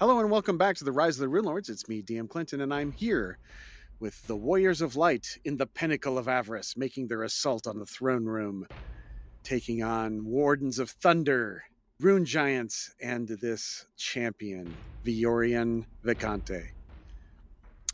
welcome back to the Rise of the Rune Lords. It's me, DM Clinton, and I'm here with the Warriors of Light in the pinnacle of avarice, making their assault on the throne room, taking on Wardens of Thunder, Rune Giants, and this champion, Viorian Vicante.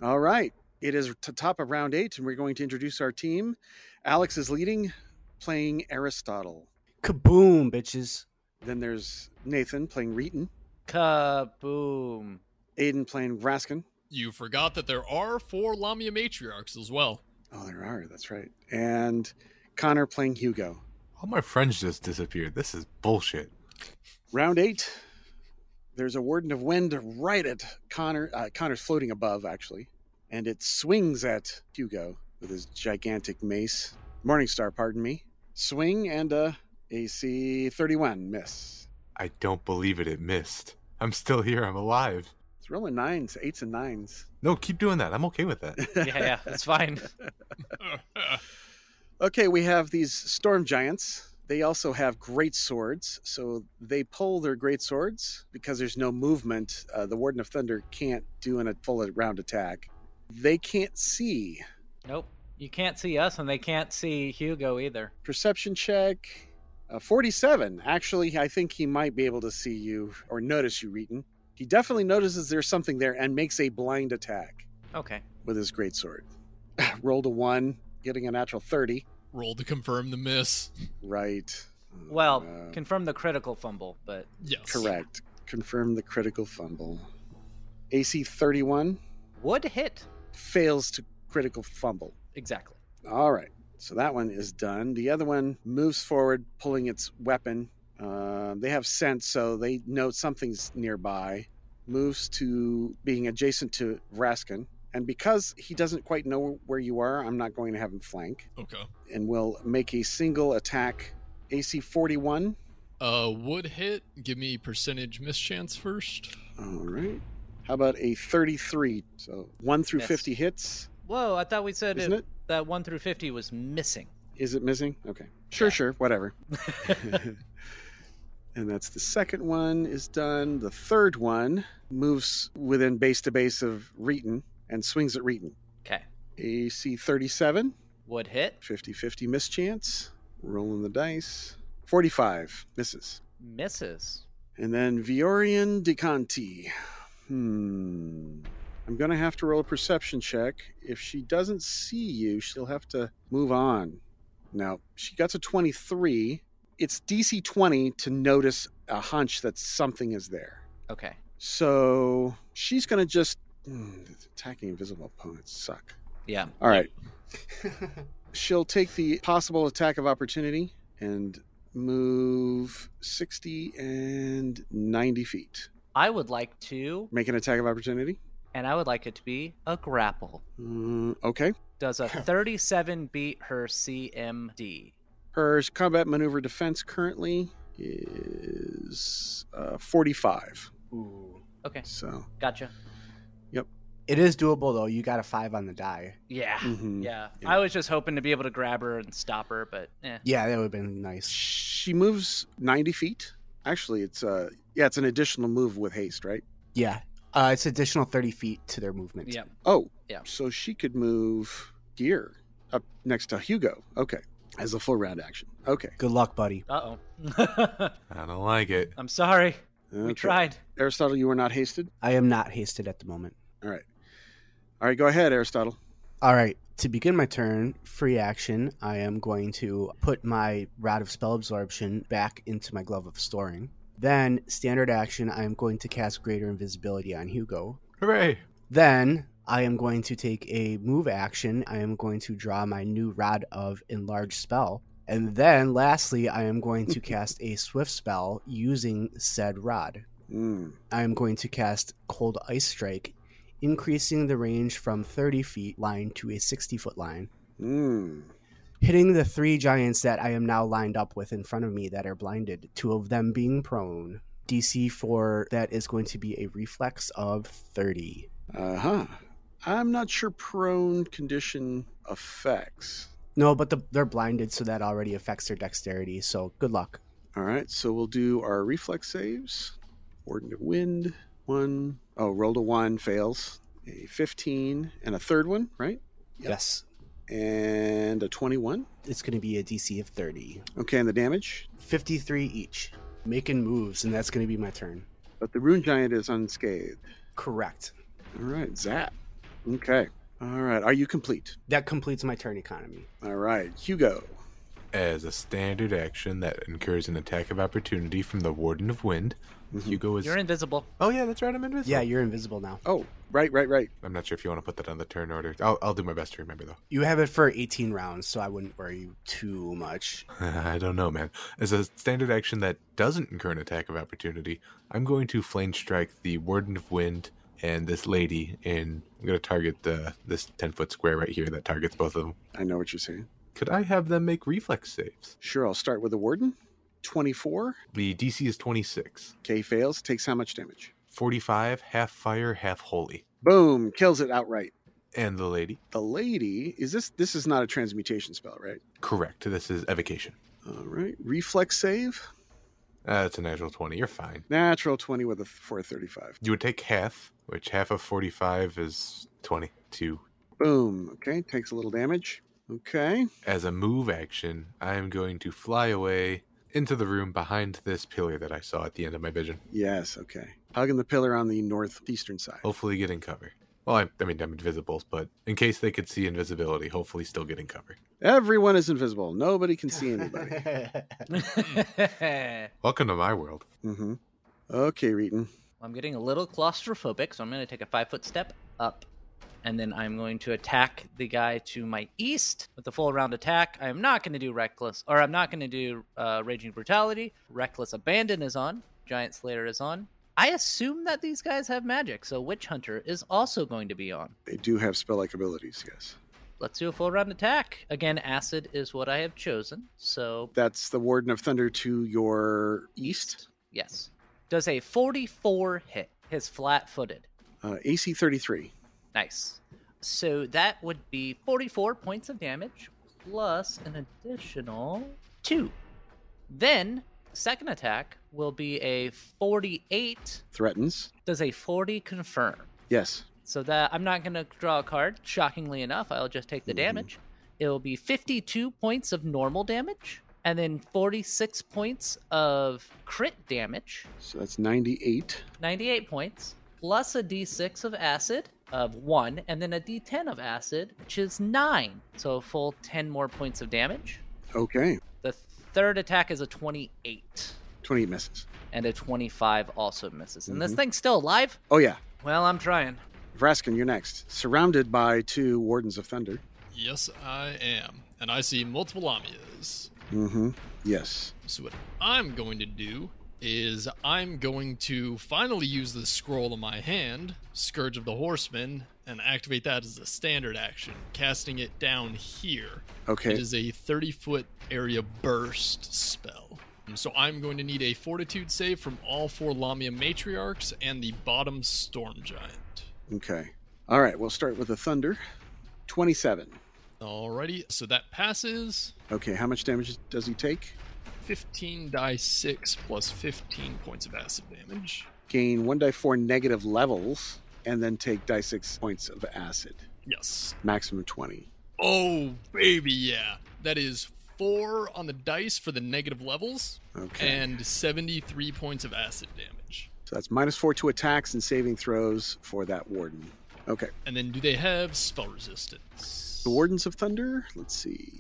All right, it is to top of round eight, and we're going to introduce our team. Alex is leading, playing Aristotle. Kaboom, bitches. Then there's Nathan playing Reeton, Kaboom. Aiden playing Raskin. You forgot that there are four Lamia matriarchs as well. Oh, there are. That's right. And Connor playing Hugo. All my friends just disappeared. This is bullshit. Round eight. There's a warden of wind right at Connor. Uh, Connor's floating above, actually, and it swings at Hugo with his gigantic mace. Morningstar, pardon me. Swing and a AC 31 miss. I don't believe it. It missed. I'm still here. I'm alive. It's rolling nines, eights, and nines. No, keep doing that. I'm okay with that. Yeah, yeah, that's fine. Okay, we have these storm giants. They also have great swords, so they pull their great swords because there's no movement. Uh, the Warden of Thunder can't do in a full round attack. They can't see. Nope. You can't see us, and they can't see Hugo either. Perception check. Uh, 47. Actually, I think he might be able to see you or notice you, Reeton. He definitely notices there's something there and makes a blind attack Okay. with his great sword. Rolled a one, getting a natural 30. Roll to confirm the miss. Right. Well, Uh, confirm the critical fumble, but Yes. Correct. Confirm the critical fumble. AC 31 would hit. fails to critical fumble. Exactly. All right. So that one is done. The other one moves forward, pulling its weapon. Um, they have sense, so they know something's nearby. Moves to being adjacent to Raskin. And because he doesn't quite know where you are, I'm not going to have him flank. Okay. And will make a single attack. AC 41. Uh, would hit. Give me percentage miss chance first. All right. How about a 33? So 1 through Miss. 50 hits, Whoa, I thought we said isn't it, it? that 1 through 50 was missing. Is it missing? Okay. Sure, Yeah. sure, whatever. and that's the second one is done. The third one moves within base to base of Reeton and swings at Reeton. Okay. AC 37, Would hit. 50 50 mischance. Rolling the dice. 45 misses. Misses. And then Viorian DeConti. Hmm. I'm going to have to roll a perception check. If she doesn't see you, she'll have to move on. Now, she got to 23. It's DC 20 to notice a hunch that something is there. Okay. So she's going to just. Hmm, attacking invisible opponents suck. Yeah. All right. She'll take the possible attack of opportunity and move 60 and 90 feet. I would like to, Make an attack of opportunity. and I would like it to be a grapple. Mm, okay. Does a 37 beat her CMD? Her combat maneuver defense currently is uh, 45. Ooh. Okay. So, Gotcha. It is doable though. You got a five on the die. Yeah. Mm-hmm. mhm. Yeah. Yeah. I was just hoping to be able to grab her and stop her, but eh. Yeah, that would have been nice. she moves 90 feet. Actually, it's uh, yeah, it's an additional move with haste, right? Yeah. Uh, it's additional thirty feet to their movement. Yep. Oh, Yeah. So she could move here up next to Hugo. Okay, as a full round action. Okay. Good luck, buddy. Uh oh. I don't like it. I'm sorry. Okay. We tried. Aristotle, you were not hasted. I am not hasted at the moment. All right. All right, go ahead, Aristotle. All right. To begin my turn, free action, I am going to put my Rod of Spell Absorption back into my Glove of Storing. Then, standard action, I am going to cast Greater Invisibility on Hugo. Hooray! Then, I am going to take a move action. I am going to draw my new Rod of Enlarge Spell. And then, lastly, I am going to cast a Swift Spell using said Rod. Mm. I am going to cast Cold Ice Strike, increasing the range from 30 feet line to a 60 foot line, Mm. hitting the three giants that I am now lined up with in front of me that are blinded, two of them being prone. DC for that is going to be a reflex of 30. Uh huh. I'm not sure prone condition affects. No, but the, they're blinded, so that already affects their dexterity, so good luck. All right, so we'll do our reflex saves. Warden of Wind, one, Oh, rolled a one, fails. A 15 and a third one, right? Yep. Yes. And a 21. It's going to be a DC of 30. Okay, and the damage. 53 each. Making moves, and that's going to be my turn. But the rune giant is unscathed. Correct. All right, Zap. Okay. All right. Are you complete? That completes my turn economy. All right, Hugo. As a standard action that incurs an attack of opportunity from the Warden of Wind, Mhm. Hugo is. You're invisible. Oh yeah, that's right. I'm invisible. Yeah, you're invisible now. Oh, right, right, right. I'm not sure if you want to put that on the turn order. I'll, I'll do my best to remember though. You have it for 18 rounds, so I wouldn't worry you too much. I don't know, man. As a standard action that doesn't incur an attack of opportunity, I'm going to flame strike the Warden of Wind and this lady, and I'm going to target the this ten foot square right here that targets both of them. I know what you're saying. Could I have them make reflex saves? Sure, I'll start with the warden. 24. The DC is 26, K fails. Takes how much damage? 45, half fire, half holy, Boom. Kills it outright. and the lady. The lady is this. This is not a transmutation spell, right? Correct. This is evocation. All right. Reflex save. Uh, it's a natural 20. You're fine. Natural 20 with a 435. You would take half, which half of 45 is 22. Boom. Okay. Takes a little damage. Okay. As a move action, I am going to fly away into the room behind this pillar that I saw at the end of my vision, Yes. Okay. Hugging the pillar on the northeastern side. hopefully getting cover. Well, I, I mean, I'm invisible, but in case they could see invisibility, hopefully still getting cover. Everyone is invisible. Nobody can see anybody. Mm. Welcome to my world. mm-hmm. Okay, Reeton. I'm getting a little claustrophobic, so I'm going to take a five foot step up, and then I'm going to attack the guy to my east with a full round attack. I am not going to do reckless, or I'm not going to do uh, raging brutality. Reckless abandon is on. Giant Slayer is on. I assume that these guys have magic, so Witch Hunter is also going to be on. They do have spell-like abilities. Yes. Let's do a full round attack. Again, acid is what I have chosen, so That's the Warden of Thunder to your east. yes. Does a 44 hit? His flat footed. Uh, AC 33. Nice. So that would be 44 points of damage plus an additional 2. Then, second attack will be a 48. Threatens. Does a 40 confirm? Yes. So that I'm not going to draw a card. Shockingly enough, I'll just take the Mhm. damage. It'll be 52 points of normal damage and then 46 points of crit damage. So that's 98. 98 points, plus a d6 of acid of 1, and then a d10 of acid, which is 9. So a full 10 more points of damage. Okay. The third attack is a 28, 28 misses. and a 25 also misses. And this Mhm. thing's still alive? Oh, yeah. Well, I'm trying. Vraskin, you're next. Surrounded by two Wardens of Thunder. Yes, I am. And I see multiple Lamias. Mm hmm. Yes. So what I'm going to do is I'm going to finally use the scroll in my hand, Scourge of the Horseman, and activate that as a standard action, casting it down here. It Okay. is a 30 foot area burst spell. So I'm going to need a fortitude save from all four Lamia matriarchs and the bottom storm giant. Okay. All right. We'll start with the Thunder. 27. Alrighty, so that passes. Okay. How much damage does he take? 15 die 6 plus 15 points of acid damage. Gain 1 die 4 negative levels and then take die 6 points of acid. Yes. Maximum 20. Oh, baby, yeah. That is 4 on the dice for the negative levels Okay. and 73 points of acid damage. so that's minus 4 to attacks and saving throws for that Warden. Okay. And then do they have spell resistance? The Wardens of Thunder. Let's see.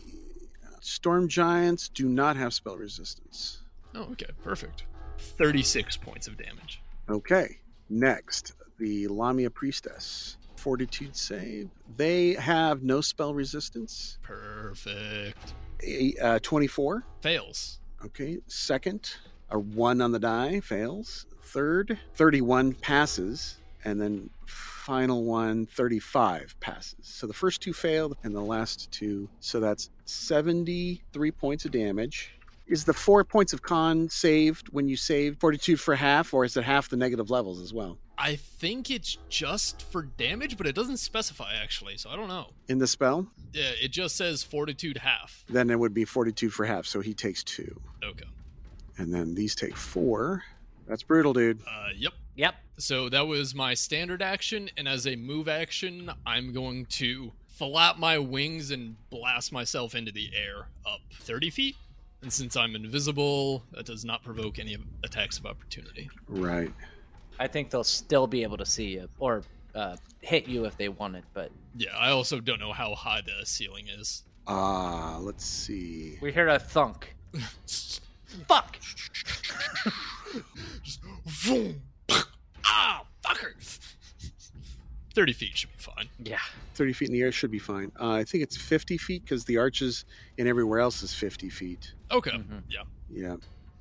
Uh, Storm Giants do not have spell resistance. Oh, okay, perfect. 36 points of damage. Okay. Next, the Lamia Priestess. Fortitude save. They have no spell resistance. Perfect. A, uh, 24. Fails. Okay. Second, a 1 on the die fails. Third, 31 passes. And then final one, 35 passes. So the first two fail and the last two. So that's 73 points of damage. Is the four points of con saved when you save fortitude for half, or is it half the negative levels as well? I think it's just for damage, but it doesn't specify actually, so I don't know. In the spell? Yeah, it just says fortitude half. then it would be 42 for half so he takes two Okay. and then these take four that's brutal dude Uh, yep. Yep. So that was my standard action, and as a move action, I'm going to flap my wings and blast myself into the air up 30 feet. And since I'm invisible, that does not provoke any attacks of opportunity. Right. I think they'll still be able to see you or uh, hit you if they wanted, but Yeah, I also don't know how high the ceiling is. Ah, let's see. we hear a thunk. Fuck! Just vroom. ah, fucker. 30 feet should be fine. Yeah. 30 feet in the air should be fine. Uh, I think it's 50 feet because the arches and everywhere else is 50 feet. Okay. Mhm. Yeah. Yeah.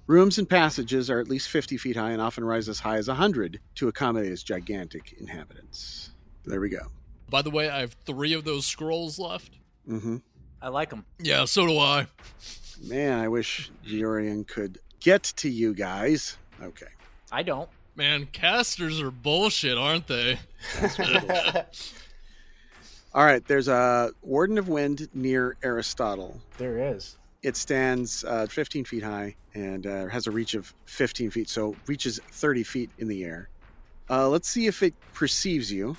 Rooms and passages are at least 50 feet high and often rise as high as 100 to accommodate its gigantic inhabitants. There we go. By the way, I have three of those scrolls left. hmm I like them. Yeah, so do I. Man, I wish Viorian could get to you guys. Okay. I don't. Man, casters are bullshit, aren't they? All right. There's a Warden of Wind near Aristotle. There is. It stands uh, 15 feet high and uh, has a reach of 15 feet, so reaches 30 feet in the air. Uh, let's see if it perceives you.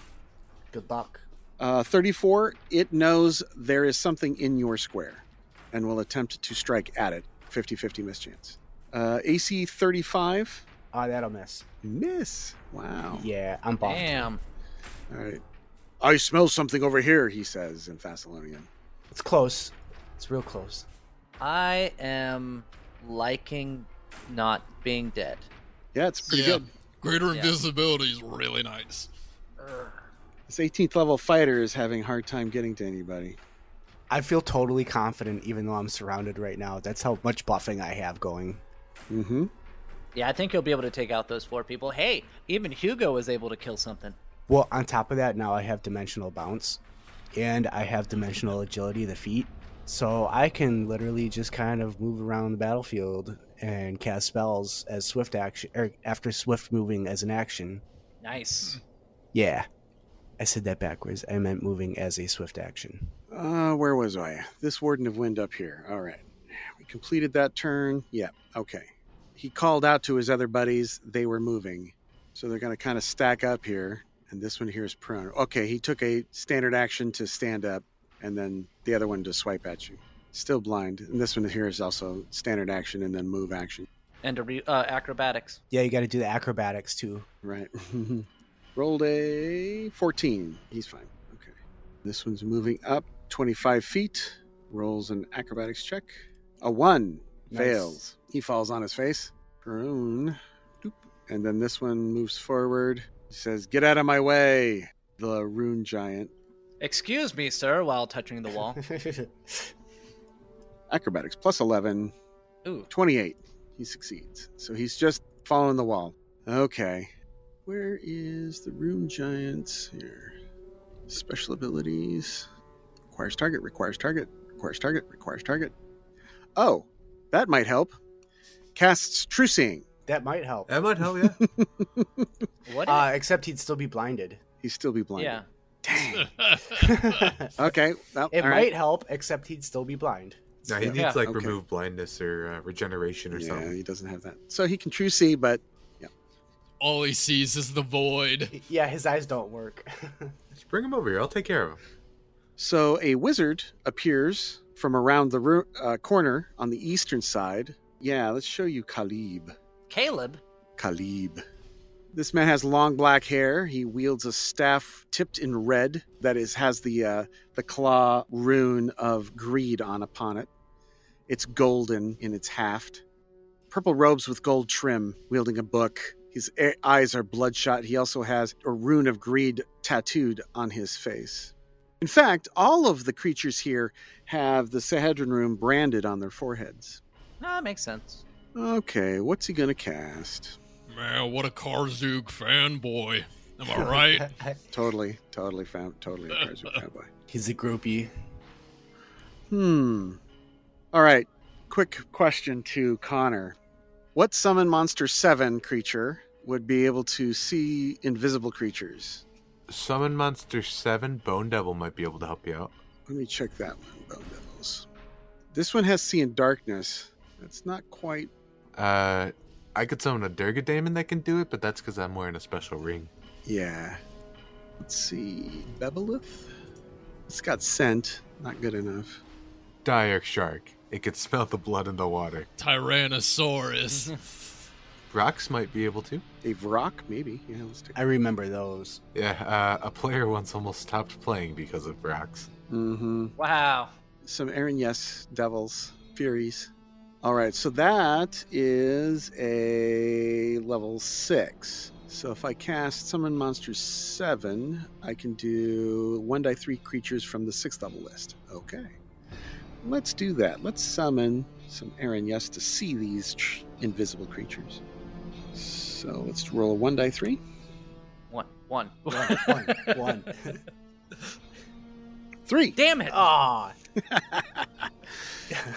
Good luck. Uh, 34, it knows there is something in your square and will attempt to strike at it. 50 50 mischance. Uh, AC 35, Ah, that'll miss. miss. Wow. Yeah, I'm buffed. Damn. All right. I smell something over here, he says in Thessalonian. It's close. It's real close. I am liking not being dead. Yeah, it's pretty Yeah. good. Greater Yeah. invisibility is really nice. This 18th level fighter is having a hard time getting to anybody. I feel totally confident, even though I'm surrounded right now. That's how much buffing I have going. Mm hmm. Yeah, I think you'll be able to take out those four people. Hey, even Hugo was able to kill something. Well, on top of that, now I have dimensional bounce, and I have dimensional agility of the feet, so I can literally just kind of move around the battlefield and cast spells as swift action or after swift moving as an action. Nice. Yeah, I said that backwards. I meant moving as a swift action. Uh, where was I? This Warden of Wind up here. All right. We completed that turn. Yeah. Okay. He called out to his other buddies. They were moving. So they're going to kind of stack up here. And this one here is prone. Okay. He took a standard action to stand up and then the other one to swipe at you. Still blind. And this one here is also standard action and then move action. And a re- uh, acrobatics. Yeah, you got to do the acrobatics too. Right. Rolled a 14. He's fine. Okay. This one's moving up 25 feet. Rolls an acrobatics check. A one. Nice. Fails. He falls on his face. Prone. Doop. And then this one moves forward. He says, Get out of my way. The rune giant. Excuse me, sir, while touching the wall. Acrobatics plus 11. Ooh. 28. He succeeds. So he's just following the wall. Okay. Where is the room giant? Here. Special abilities. Requires target, requires target, requires target, requires target. Oh, that might help. Casts true seeing. that might help. That might help, yeah. What? Uh, except he'd still be blinded. He'd still be blind. yeah. Dang. it Okay. Well, might all right. help, except he'd still be blind. No, he Yeah. needs Yeah, like okay. remove blindness or uh, regeneration or Yeah, something. he doesn't have that. So he can true see, but All he sees is the void. Yeah, his eyes don't work. Just bring him over here. I'll take care of him. So a wizard appears from around the ru- uh, corner on the eastern side. Yeah, let's show you Khalib. Caleb? Khalib. This man has long black hair. He wields a staff tipped in red that is has the uh, the claw rune of greed on upon it. It's golden in its haft. Purple robes with gold trim, wielding a book. His e- eyes are bloodshot. He also has a rune of greed tattooed on his face. In fact, all of the creatures here have the Sahedrin room branded on their foreheads. Nah, makes sense. Okay, what's he gonna cast? Man, what a Karzuk fanboy. Am I right? Totally, totally fam- totally a Karzuk fanboy. He's a groupie. Hmm. All right. Quick question to Connor. What summon monster 7 creature would be able to see invisible creatures? Summon Monster 7 Bone Devil might be able to help you out. Let me check that one, Bone Devils. This one has see in darkness. That's not quite Uh, I could summon a Durgadamon that can do it, but that's because I'm wearing a special ring. Yeah. Let's see. Bevelith? It's got scent. Not good enough. Dire Shark. It could smell the blood in the water. Tyrannosaurus. Rocks might be able to. A rock, maybe. Yeah, let's do I remember those. Yeah, uh, a player once almost stopped playing because of rocks. Mm-hmm. Wow. Some Aaron Yes Devils. Furies. All right, so that is a level six. So if I cast Summon Monster 7, I can do 1 die 3 creatures from the sixth level list. Okay. Let's do that. Let's summon some Aaron Yes to see these tr- invisible creatures. So let's roll a 1 die 3. One. One. One, one, one. 3! Damn it. Ah,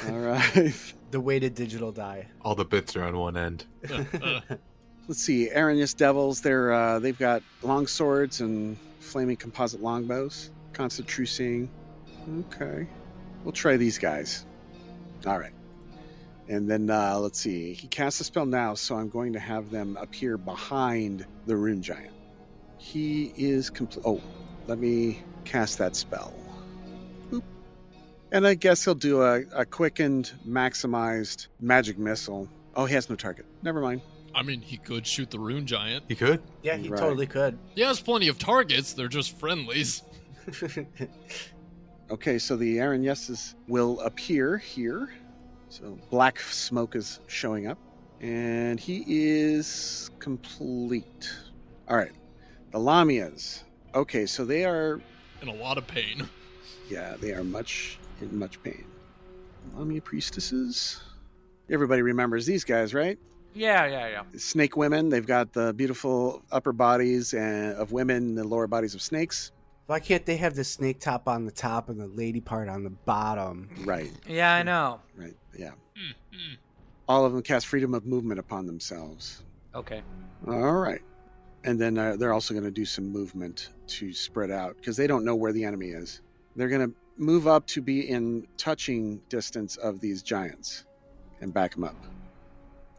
All right. the weighted digital die. All the bits are on one end. Let's see. Aranyus Devils, they're, uh, they've got long swords and flaming composite longbows. Constant true seeing. Okay. We'll try these guys. All right. And then uh, let's see. He casts a spell now, so I'm going to have them appear behind the rune giant. He is complete. Oh, let me cast that spell. Boop. And I guess he'll do a, a quickened, maximized magic missile. Oh, he has no target. Never mind. I mean, he could shoot the rune giant. You could? Yeah, he Right. totally could. He has plenty of targets. They're just friendlies. Okay, so the Aaron Yeses will appear here. So black smoke is showing up. And he is complete. All right. The Lamias. Okay, so they are, In a lot of pain. yeah, they are much in much pain. Lamia priestesses. Everybody remembers these guys, right? Yeah, yeah, yeah. snake women. They've got the beautiful upper bodies and, of women, the lower bodies of snakes. Why can't they have the snake top on the top and the lady part on the bottom? Right, Yeah, I know. right, yeah. Mm, mm. All of them cast freedom of movement upon themselves. Okay. All right. And then uh, they're also going to do some movement to spread out because they don't know where the enemy is. They're going to move up to be in touching distance of these giants and back them up.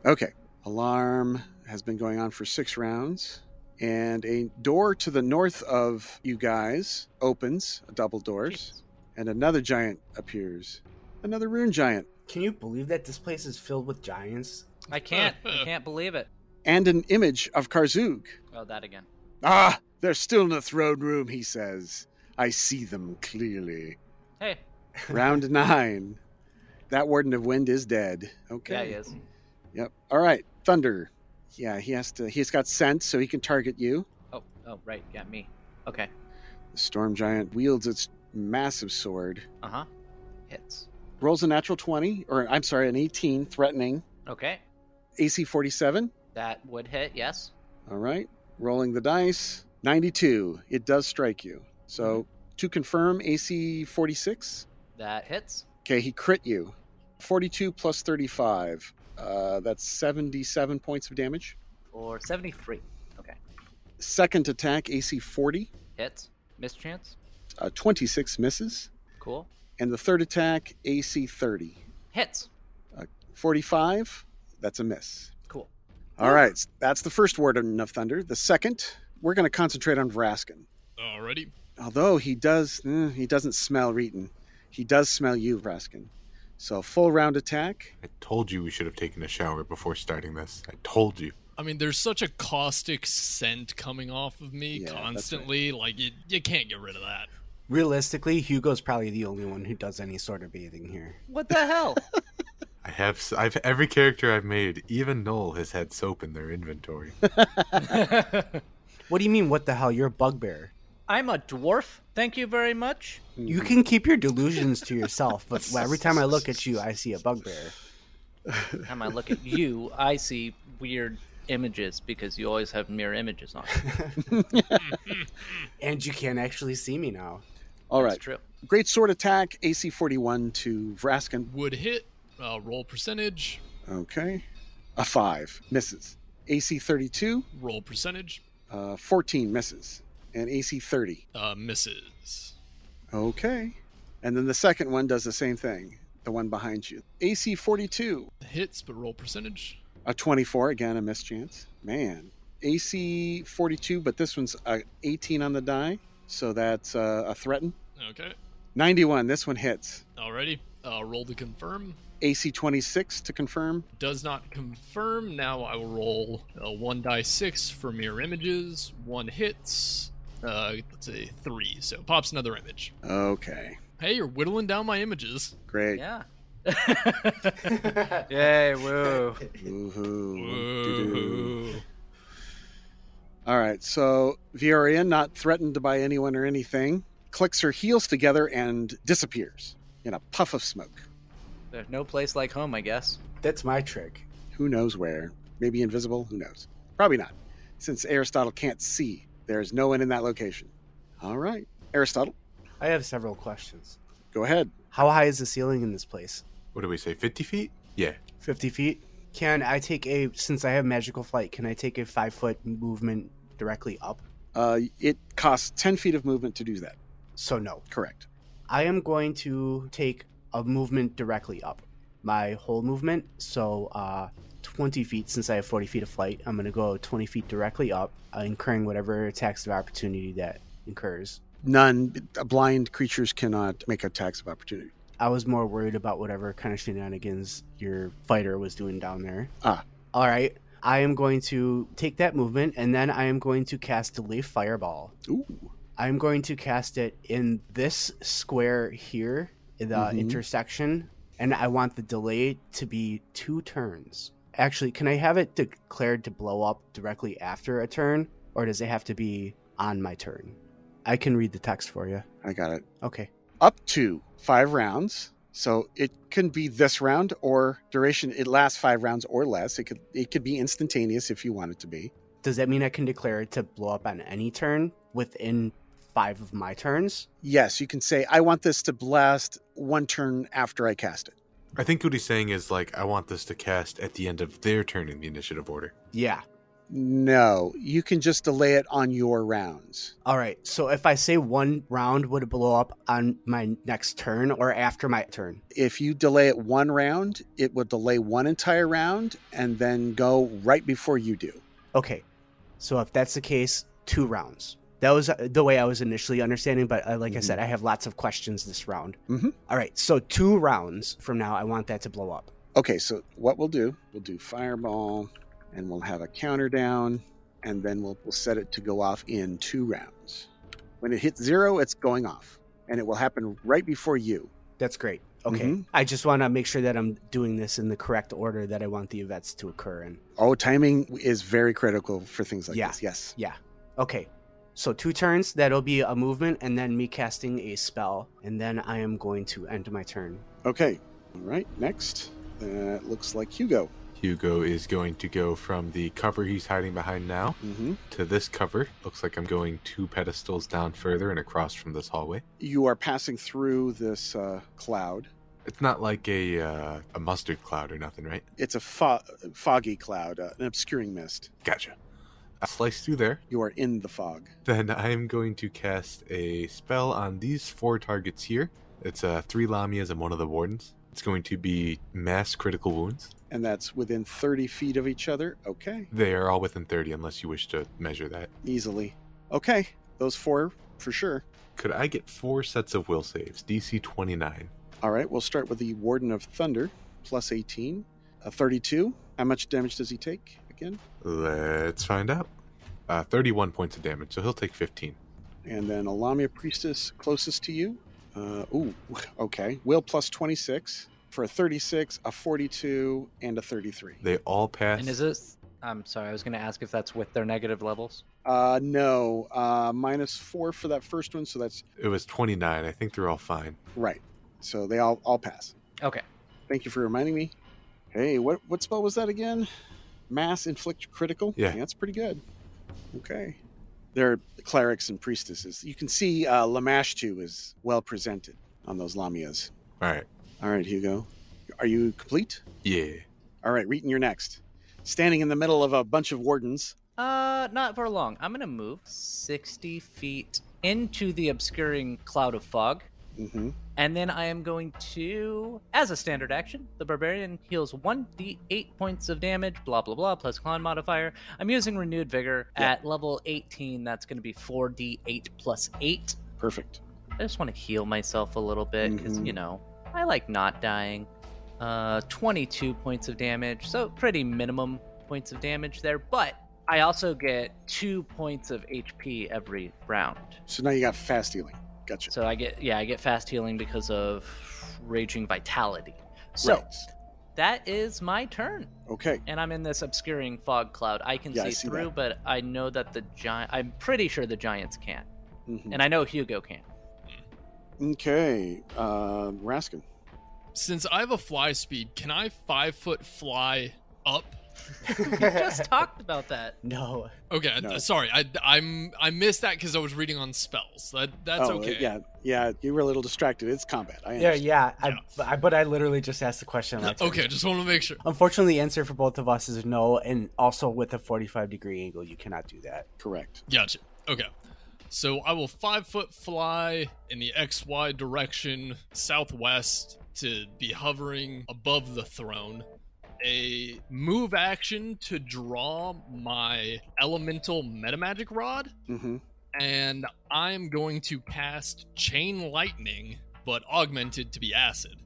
Okay. Alarm has been going on for six rounds. And a door to the north of you guys opens, double doors, and another giant appears. Another rune giant. Can you believe that this place is filled with giants? I can't. I can't believe it. And an image of Karzug. Oh, that again. Ah, they're still in the throne room, he says. I see them clearly. Hey. Round nine. That Warden of Wind is dead. Okay. Yeah, he is. Yep. All right. Thunder. Yeah, he has to. He's got sense, so he can target you. Oh, oh, right. Yeah, me. Okay. The Storm Giant wields its massive sword, Uh huh. Hits. rolls a natural 20, or I'm sorry, an 18, threatening. Okay. AC 47. That would hit. Yes. All right. Rolling the dice. 92. It does strike you. So Mm-hmm. to confirm, AC 46. That hits. Okay, he crit you. 42 plus 35. Uh, that's 77 points of damage. Or 73. Second attack, AC 40. Hits. Mischance. Uh, 26 misses. Cool. And the third attack, AC 30. Hits. 45, Uh, that's a miss. Cool. All right, s- that's the first word of Thunder. The second, we're going to concentrate on Vraskin. Alrighty. Although he does, mm, he doesn't smell Reeton. He does smell you, Vraskin. So full round attack. I told you we should have taken a shower before starting this. I told you. I mean, there's such a caustic scent coming off of me Yeah, that's right. constantly. Like, you, you can't get rid of that. Realistically, Hugo's probably the only one who does any sort of bathing here. What the hell? I have. s- I've every character I've made, even Noel, has had soap in their inventory. What do you mean, what the hell? You're a bugbear. I'm a dwarf. Thank you very much. You can keep your delusions to yourself, but every time I look at you, I see a bugbear. Time I look at you, I see weird images because you always have mirror images on. you. And you can't actually see me now. All That's right, true. great sword attack, AC 41 to Vraskin. Would hit. Uh, roll percentage. Okay. A five misses. AC 32, Roll percentage. uh, 14 misses. And AC 30. Uh, misses. Okay. And then the second one does the same thing, the one behind you. AC 42. Hits, but roll percentage. A 24, again, a missed chance. Man, AC 42, but this one's a 18 on the die, so that's uh, a threaten. Okay. 91, this one hits. Alrighty. Uh, roll to confirm. AC 26 to confirm. Does not confirm. Now I will roll uh, one die six for mirror images. One hits. Uh, let's say three. So pops another image. Okay, Hey, you're whittling down my images. great. Yeah. Yay, woo. Woohoo. Doo-doo. Whoa. All right, so Vioria, not threatened by anyone or anything, clicks her heels together and disappears in a puff of smoke. There's no place like home, I guess. That's my trick. Who knows where? Maybe invisible? Who knows? Probably not, since Aristotle can't see. There's no one in that location. All right, Aristotle, I have several questions. go ahead. How high is the ceiling in this place? What do we say? 50 feet? Yeah. 50 feet? Can I take a, since I have magical flight, can I take a five foot movement directly up? Uh, it costs 10 feet of movement to do that. So, no. Correct. I am going to take a movement directly up. My whole movement, so uh, 20 feet, since I have 40 feet of flight, I'm going to go 20 feet directly up, uh, incurring whatever attacks of opportunity that incurs. None. Blind creatures cannot make attacks of opportunity. I was more worried about whatever kind of shenanigans your fighter was doing down there. Ah. All right. I am going to take that movement, and then I am going to cast Leaf Fireball. Ooh. I'm going to cast it in this square here, in the Mhm. intersection, and I want the delay to be two turns. Actually, can I have it declared to blow up directly after a turn, or does it have to be on my turn? I can read the text for you. I got it. Okay. Up to five rounds. So it can be this round or duration. It lasts five rounds or less. It could it could be instantaneous if you want it to be. Does that mean I can declare it to blow up on any turn within five of my turns? Yes, you can say I want this to blast one turn after I cast it. I think what he's saying is like, I want this to cast at the end of their turn in the initiative order. Yeah. No, you can just delay it on your rounds. All right. So if I say one round, would it blow up on my next turn or after my turn? If you delay it one round, it will delay one entire round and then go right before you do. Okay, so if that's the case, two rounds. That was uh, the way I was initially understanding, but uh, like I Mhm. said, I have lots of questions this round. Mhm. All right, so two rounds from now, I want that to blow up. Okay, so what we'll do, we'll do fireball and we'll have a counter down and then we'll, we'll set it to go off in two rounds. When it hits zero, it's going off and it will happen right before you. That's great. Okay, Mhm. I just want to make sure that I'm doing this in the correct order that I want the events to occur in. Oh, timing is very critical for things like Yeah. this. Yes. Okay, so two turns, that'll be a movement, and then me casting a spell, and then I am going to end my turn. Okay. All right, next. That looks like Hugo. Hugo is going to go from the cover he's hiding behind now hmm to this cover. Looks like I'm going two pedestals down further and across from this hallway. You are passing through this uh, cloud. It's not like a uh, a mustard cloud or nothing, right? It's a fo- foggy cloud, uh, an obscuring mist. Gotcha. I slice through there. You are in the fog. Then I'm going to cast a spell on these four targets here. It's uh, three Lamias and one of the Wardens. It's going to be mass critical wounds. And that's within 30 feet of each other. Okay. They are all within 30 unless you wish to measure that. easily. Okay, those four for sure. Could I get four sets of will saves? DC 29. All right, we'll start with the Warden of Thunder, plus 18, a 32. How much damage does he take again? Let's find out. Uh, 31 points of damage, so he'll take 15. And then Alamia Priestess, closest to you. Uh, ooh, okay. Will plus 26 for a 36, a 42, and a 33. They all pass. And is this? I'm sorry, I was going to ask if that's with their negative levels. Uh, no, uh, minus four for that first one, so that's it was 29. I think they're all fine. right. So they all, all pass. Okay. Thank you for reminding me. Hey, what what spell was that again? Mass inflict critical. Yeah. that's pretty good. Okay, they're clerics and priestesses. You can see uh, Lamashtu is well presented on those lamias. All right. All right, Hugo, are you complete? Yeah. All right, Reeton, you're next. Standing in the middle of a bunch of wardens. Uh, not for long. I'm gonna move 60 feet into the obscuring cloud of fog, Mm-hmm. And then I am going to, as a standard action, the barbarian heals 1d8 points of damage, blah, blah, blah, plus con modifier. I'm using renewed vigor Yeah. at level 18. That's going to be 4d8 plus 8. Perfect. I just want to heal myself a little bit because, Mhm. you know, I like not dying. Uh, 22 points of damage, so pretty minimum points of damage there, but I also get two points of HP every round. So now you got fast healing. Gotcha. So I get yeah, I get fast healing because of raging vitality. So Right. that is my turn, okay. and I'm in this obscuring fog cloud. I can Yeah, I see, see through, but I know that the giant. I'm pretty sure the giants can, Mhm. and I know Hugo can. Okay. Uh, Raskin. Since I have a fly speed, can I five foot fly up? We just talked about that. no. Okay, I- No. sorry, I I'm I missed that because I was reading on spells. That that's oh, okay. yeah. Yeah. You were a little distracted. It's combat. I Yeah, understand. yeah. I, Yeah. but I, but I literally just asked the question. on my turn. Okay, just want to make sure. Unfortunately, the answer for both of us is no, and also with a 45 degree angle, you cannot do that. Correct. Gotcha. Okay. So I will five foot fly in the XY direction southwest to be hovering above the throne. A move action to draw my elemental metamagic rod, Mm-hmm. and I'm going to cast Chain Lightning, but augmented to be acid.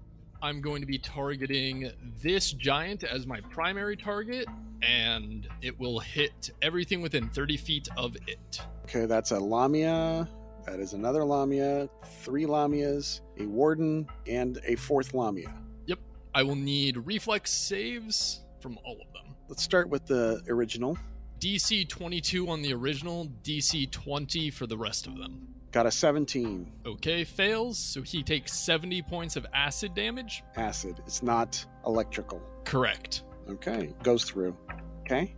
I'm going to be targeting this giant as my primary target, and it will hit everything within 30 feet of it. Okay. That's a Lamia. That is another Lamia. Three Lamias, a Warden, and a fourth Lamia. I will need reflex saves from all of them. Let's start with the original. DC 22 on the original, DC 20 for the rest of them. Got a 17 Okay, fails, so he takes 70 points of acid damage. acid. It's not electrical. Correct. Okay, goes through. Okay.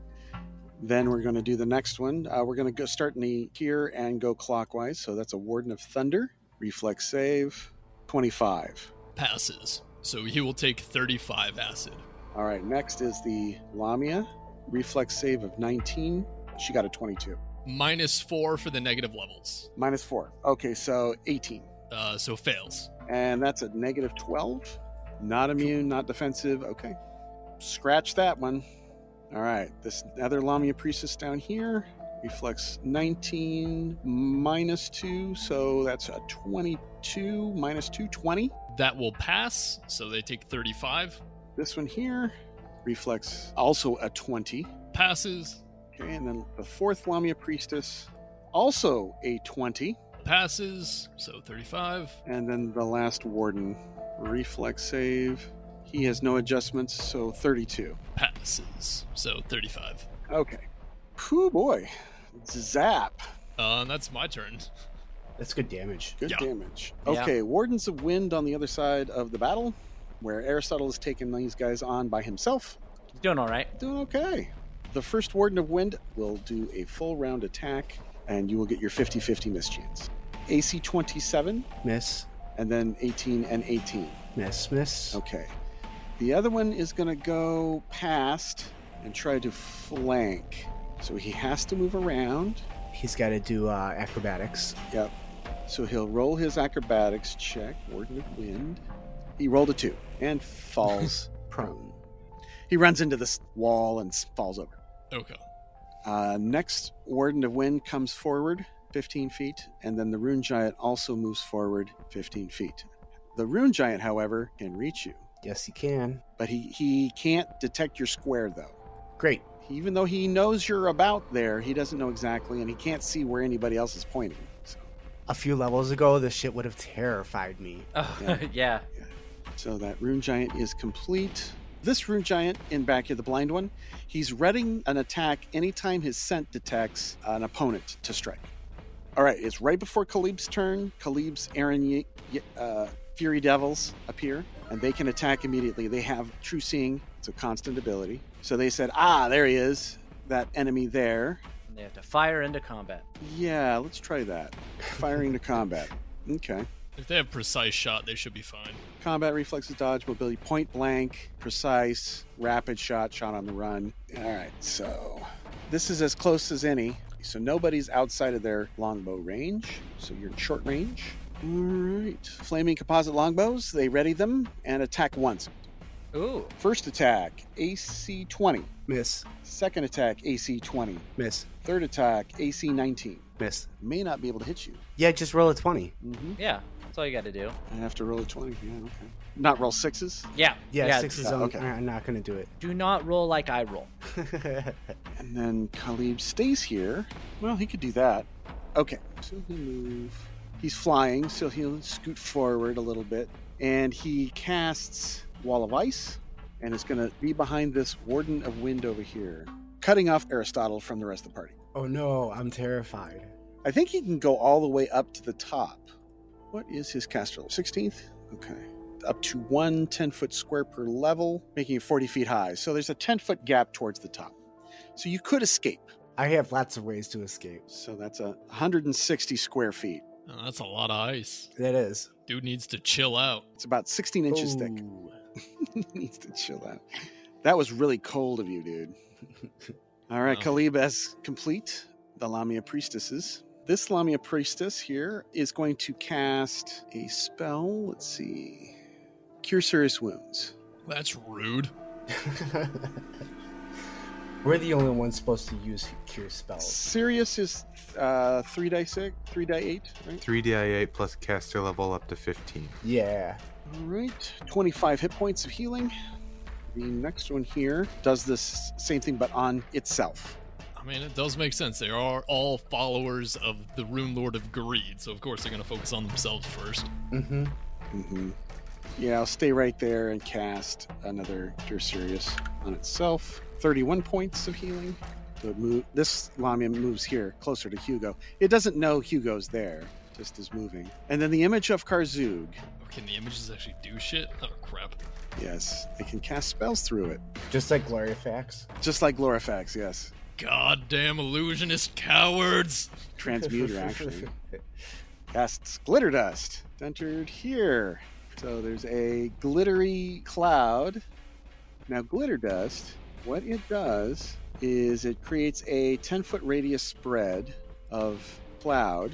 Then we're going to do the next one. Uh, we're going to go start in the here and go clockwise. So that's a Warden of Thunder. Reflex save, 25. Passes. So he will take 35 acid. All right, next is the Lamia. Reflex save of 19. She got a 22. Minus 4 for the negative levels. Minus 4. Okay, so 18. Uh, so fails. And that's a negative 12. Not immune, not defensive. Okay. Scratch that one. All right. This other Lamia Priestess down here. Reflex 19 minus 2. So that's a 22 minus 2, 20. That will pass, so they take 35. This one here. Reflex also a 20. Passes. Okay. And then the fourth Lamia Priestess also a 20. Passes, so 35. And then the last Warden. Reflex save. He has no adjustments, so 32. Passes, so 35. Okay. Whew, boy. Zap. Uh, and that's my turn. That's good damage. Good Yeah. damage. Yeah. Okay, Wardens of Wind on the other side of the battle, where Aristotle has taken these guys on by himself. He's doing all right. Doing okay. The first Warden of Wind will do a full round attack, and you will get your 50 50 mischance. AC 27, Miss, and then 18 and 18. miss, miss. Okay. The other one is going to go past and try to flank. So he has to move around. He's got to do uh, acrobatics. Yep. So he'll roll his acrobatics check, Warden of Wind. He rolled a two and falls. Prone. he runs into this wall and s- falls over. Okay. Uh, next, Warden of Wind comes forward 15 feet, and then the Rune Giant also moves forward 15 feet. The Rune Giant, however, can reach you, Yes, he can. but he, he can't detect your square, though. Great. Even though he knows you're about there, he doesn't know exactly, and he can't see where anybody else is pointing. So, A few levels ago, this shit would have terrified me. Oh, Yeah. yeah. So that rune giant is complete. This rune giant in back here, the blind one, he's readying an attack anytime his scent detects an opponent to strike. All right, it's right before Khalib's turn. Khalib's Aaron Ye- Ye- uh, Fury Devils appear, and they can attack immediately. They have true seeing, it's a constant ability. So they said, ah, there he is, that enemy there. And they have to fire into combat. Yeah, let's try that. Firing to combat. Okay. If they have precise shot, they should be fine. Combat reflexes, dodge, mobility, point blank, precise, rapid shot, shot on the run. All right, so this is as close as any. So nobody's outside of their longbow range. So you're in short range. All right. Flaming composite longbows, they ready them and attack once. Ooh. First attack, AC 20. Miss, Second attack, AC 20. miss, Third attack, AC 19. miss. May not be able to hit you. Yeah, just roll a 20. Mm-hmm. Yeah. That's all you got to do. I have to roll a 20. Yeah, okay. Not roll sixes. Yeah. Yeah, six is yeah, on. okay. I'm not going to do Do not roll like I roll. it. And then Khalib stays here. Well, he could do that. Okay. So he'll move. He's flying, so he'll scoot forward a little bit. And he casts Wall of Ice and is going to be behind this Warden of Wind over here, cutting off Aristotle from the rest of the party. oh no, I'm terrified. I think he can go all the way up to the top. What is his caster level? 16th? Okay. Up to one 10 foot square per level, making it 40 feet high. So there's a 10 foot gap towards the top. So you could escape. I have lots of ways to escape. So that's a 160 square feet. Oh, that's a lot of ice. That is. Dude needs to chill out. It's about 16 inches thick. Ooh. Needs to chill out. That was really cold of you, dude. All right, Wow. Khalib as complete the Lamia priestesses. This Lamia priestess here is going to cast a spell. Let's see. Cure serious wounds. That's rude. We're the only ones supposed to use cure spells. Sirius is uh, three die six, three die eight, right? 3d8 plus caster level up to 15. Yeah. All right, 25 hit points of healing. The next one here does this same thing, but on itself. I mean, it does make sense. They are all followers of the Rune Lord of Greed, so of course they're going to focus on themselves first. Mm-hmm. Mm-hmm. Yeah, I'll stay right there and cast another Dursirius on itself. 31 points of healing. So it move, this Lamia moves here, closer to Hugo. It doesn't know Hugo's there, just is moving. And then the image of Karzug. Oh, can the images actually do shit? Oh, crap. Yes, they can cast spells through it. Just like Gloria Fax. Just like Glorifax, yes. Goddamn illusionist cowards! Transmuter, actually. casts glitter dust. It's entered here. So there's a glittery cloud. Now, glitter dust, what it does is it creates a 10 foot radius spread of cloud,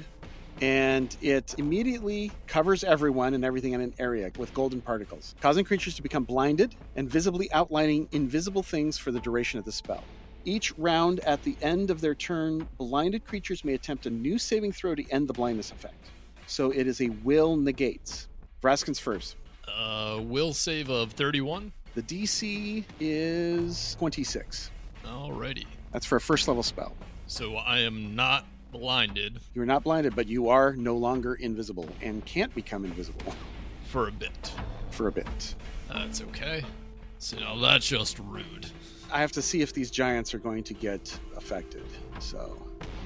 and it immediately covers everyone and everything in an area with golden particles, causing creatures to become blinded and visibly outlining invisible things for the duration of the spell. Each round at the end of their turn, blinded creatures may attempt a new saving throw to end the blindness effect. So it is a will negates. Vraskins first. Uh, will save of 31. The DC is 26. Alrighty. That's for a first level spell. So I am not blinded You're not blinded, but you are no longer invisible and can't become invisible for a bit. for a bit. That's okay. So now that's just rude. I have to see if these giants are going to get affected. So,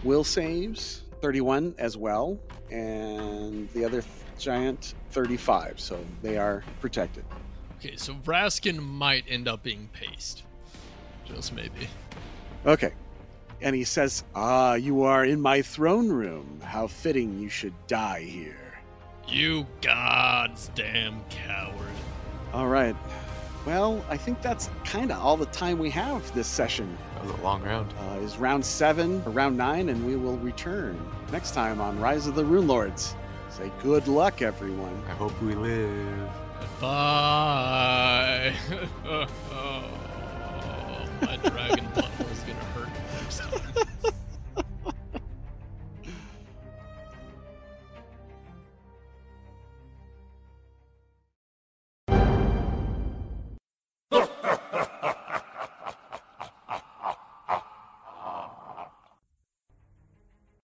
will saves 31 as well, and the other th- giant 35. So they are protected. Okay, so Vraskin might end up being paced. Just maybe. Okay. And he says, Ah, you are in my throne room. How fitting you should die here. You god's damn coward. All right. Well, I think that's kind of all the time we have this session. That was a long round. Uh, is round seven, or round nine, and we will return next time on Rise of the Rune Lords. Say good luck, everyone. I hope we live. Bye. oh, my dragon butt was gonna hurt next time.